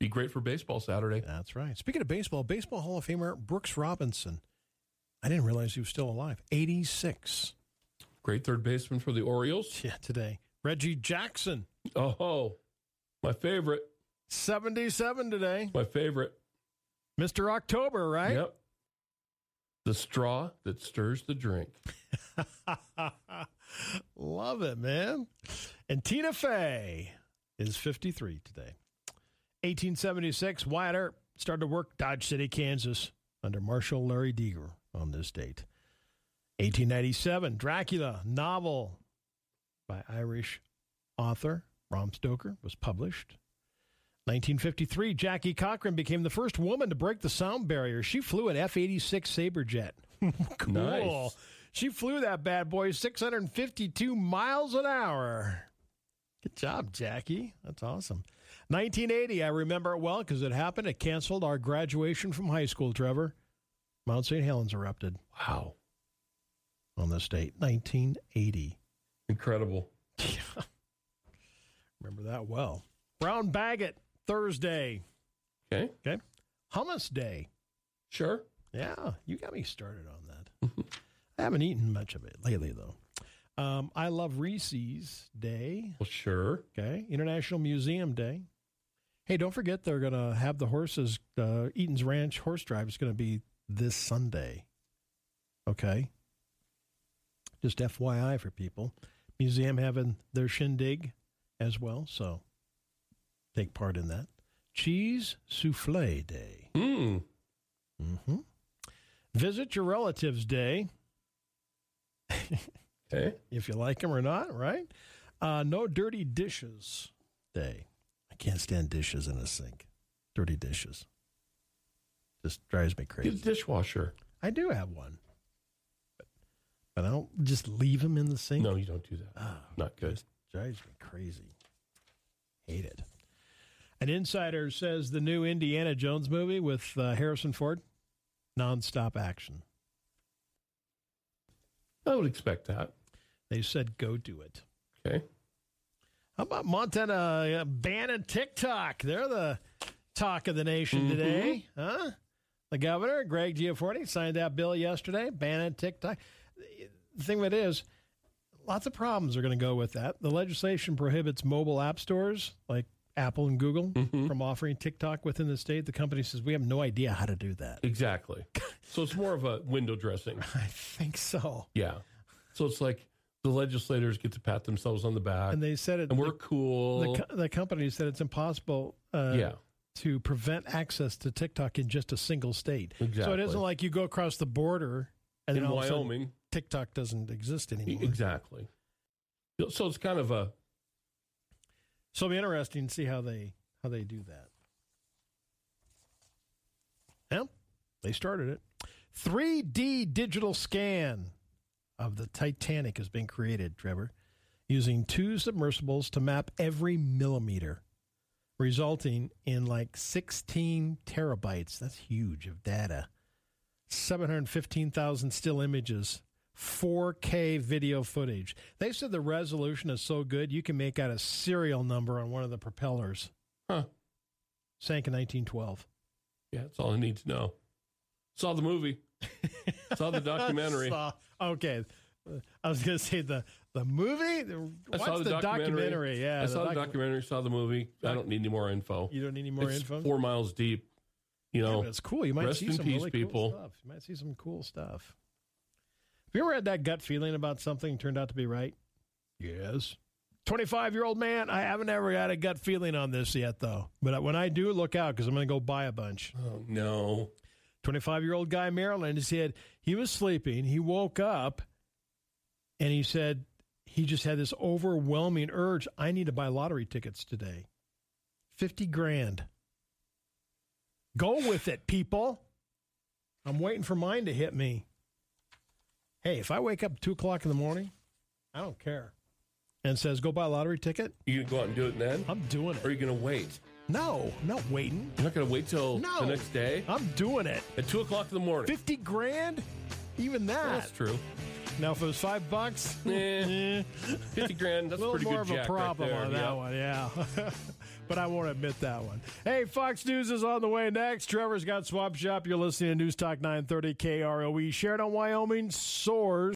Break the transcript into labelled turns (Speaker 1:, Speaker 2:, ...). Speaker 1: be great for baseball Saturday.
Speaker 2: That's right. Speaking of baseball, baseball Hall of Famer Brooks Robinson. I didn't realize he was still alive. 86.
Speaker 1: Great third baseman for the Orioles.
Speaker 2: Yeah, today. Reggie Jackson,
Speaker 1: Oh, my favorite.
Speaker 2: 77 today.
Speaker 1: My favorite.
Speaker 2: Mr. October, right?
Speaker 1: Yep. The straw that stirs the drink.
Speaker 2: Love it, man. And Tina Fey is 53 today. 1876, Wyatt Earp started to work Dodge City, Kansas, under Marshal Larry Deaver on this date. 1897, Dracula novel by Irish author Bram Stoker was published. 1953, Jackie Cochran became the first woman to break the sound barrier. She flew an F 86 Saberjet. cool.
Speaker 1: Nice.
Speaker 2: She flew that bad boy 652 miles an hour. Good job, Jackie. That's awesome. 1980, I remember it well because it happened. It canceled our graduation from high school, Trevor. Mount St. Helens erupted
Speaker 1: Wow.
Speaker 2: on this date, 1980.
Speaker 1: Incredible.
Speaker 2: Remember that well. Brown Baggett, Thursday.
Speaker 1: Okay.
Speaker 2: Okay. Hummus Day.
Speaker 1: Sure.
Speaker 2: Yeah, you got me started on that. I haven't eaten much of it lately, though. Um, I love Reese's Day.
Speaker 1: Well, sure.
Speaker 2: Okay. International Museum Day. Hey, don't forget they're going to have the horses. Uh, Eaton's Ranch Horse Drive is going to be this Sunday. Okay. Just FYI for people. Museum having their shindig as well. So take part in that. Cheese Souffle Day.
Speaker 1: Mm.
Speaker 2: hmm Visit Your Relatives Day
Speaker 1: Okay.
Speaker 2: if you like them or not, right? Uh, no dirty dishes day. I can't stand dishes in a sink. Dirty dishes. Just drives me
Speaker 1: Get a
Speaker 2: crazy.
Speaker 1: dishwasher.
Speaker 2: I do have one, but, but I don't just leave them in the sink.
Speaker 1: No, you don't do that.
Speaker 2: Ah,
Speaker 1: Not good.
Speaker 2: drives me crazy. Hate it. An insider says the new Indiana Jones movie with uh, Harrison Ford, nonstop action.
Speaker 1: I would expect that.
Speaker 2: They said go do it.
Speaker 1: Okay.
Speaker 2: How about Montana uh, banning TikTok? They're the talk of the nation
Speaker 1: Mm-hmm.
Speaker 2: today, huh? The governor, Greg Giaforti, signed that bill yesterday, banning TikTok. The thing that is, lots of problems are going to go with that. The legislation prohibits mobile app stores like Apple and Google
Speaker 1: Mm-hmm.
Speaker 2: from offering TikTok within the state. The company says we have no idea how to do that.
Speaker 1: Exactly. So it's more of a window dressing.
Speaker 2: I think so.
Speaker 1: Yeah. So it's like the legislators get to pat themselves on the back
Speaker 2: And
Speaker 1: and,
Speaker 2: they said it.
Speaker 1: we're
Speaker 2: the,
Speaker 1: cool.
Speaker 2: the, co- the company said it's impossible. Uh,
Speaker 1: yeah.
Speaker 2: to prevent access to TikTok in just a single state. So it
Speaker 1: Exactly.
Speaker 2: isn't like you go across the border and
Speaker 1: In
Speaker 2: then all of a sudden
Speaker 1: Wyoming. E-,
Speaker 2: TikTok doesn't exist anymore.
Speaker 1: Exactly. So it's kind of a
Speaker 2: So it'll be interesting to see how they how they do that. Well, they started it. 3D digital scan of the Titanic has been created, Trevor, using two submersibles to map every millimeter, resulting in like 16 terabytes. That's huge of data. 715,000 still images, 4K video footage. They said the resolution is so good you can make out a serial number on one of the propellers.
Speaker 1: Huh.
Speaker 2: Sank in 1912.
Speaker 1: Yeah, that's all I need to know. Saw the movie. Saw the documentary.
Speaker 2: Saw- uh, okay. I was going to say the, the movie.
Speaker 1: I
Speaker 2: What's
Speaker 1: saw
Speaker 2: the documentary? Yeah.
Speaker 1: I saw the
Speaker 2: docu-
Speaker 1: documentary, saw the movie. I don't need any more info.
Speaker 2: You don't need any more
Speaker 1: it's
Speaker 2: info?
Speaker 1: Four miles deep. You
Speaker 2: Yeah,
Speaker 1: know,
Speaker 2: but it's cool. You might
Speaker 1: Rest
Speaker 2: see
Speaker 1: in
Speaker 2: some
Speaker 1: peace,
Speaker 2: really
Speaker 1: people.
Speaker 2: cool stuff. You might see some cool stuff. Have you ever had that gut feeling about something turned out to be right? Yes. 25 year old man, I haven't ever had a gut feeling on this yet, though. But when I do, look out because I'm going to go buy a bunch.
Speaker 1: oh, no.
Speaker 2: 25 year old guy in Maryland, he said he was sleeping. He woke up and he said he just had this overwhelming urge I need to buy lottery tickets today. 50 grand. Go with it, people. I'm waiting for mine to hit me. Hey, if I wake up at 2 o'clock in the morning, I don't care. And says, go buy a lottery ticket,
Speaker 1: You gonna go out and do it then?
Speaker 2: I'm doing
Speaker 1: Or are you
Speaker 2: it.
Speaker 1: gonna wait?
Speaker 2: No, I'm not waiting.
Speaker 1: You're not gonna wait till
Speaker 2: No.
Speaker 1: the next day
Speaker 2: I'm doing it.
Speaker 1: at two o'clock in the morning.
Speaker 2: 50 grand? Even that.
Speaker 1: That's true.
Speaker 2: Now, if it was five bucks,
Speaker 1: Eh,
Speaker 2: eh,
Speaker 1: Fifty grand.
Speaker 2: a
Speaker 1: That's
Speaker 2: little
Speaker 1: pretty
Speaker 2: more
Speaker 1: good
Speaker 2: of
Speaker 1: jack
Speaker 2: a
Speaker 1: right
Speaker 2: problem
Speaker 1: there,
Speaker 2: on
Speaker 1: yeah.
Speaker 2: that one, yeah. but I won't admit that one. Hey, Fox News is on the way next. Trevor's got Swap Shop. You're listening to News Talk 930 KROE. Sheridan, E, Wyoming soars.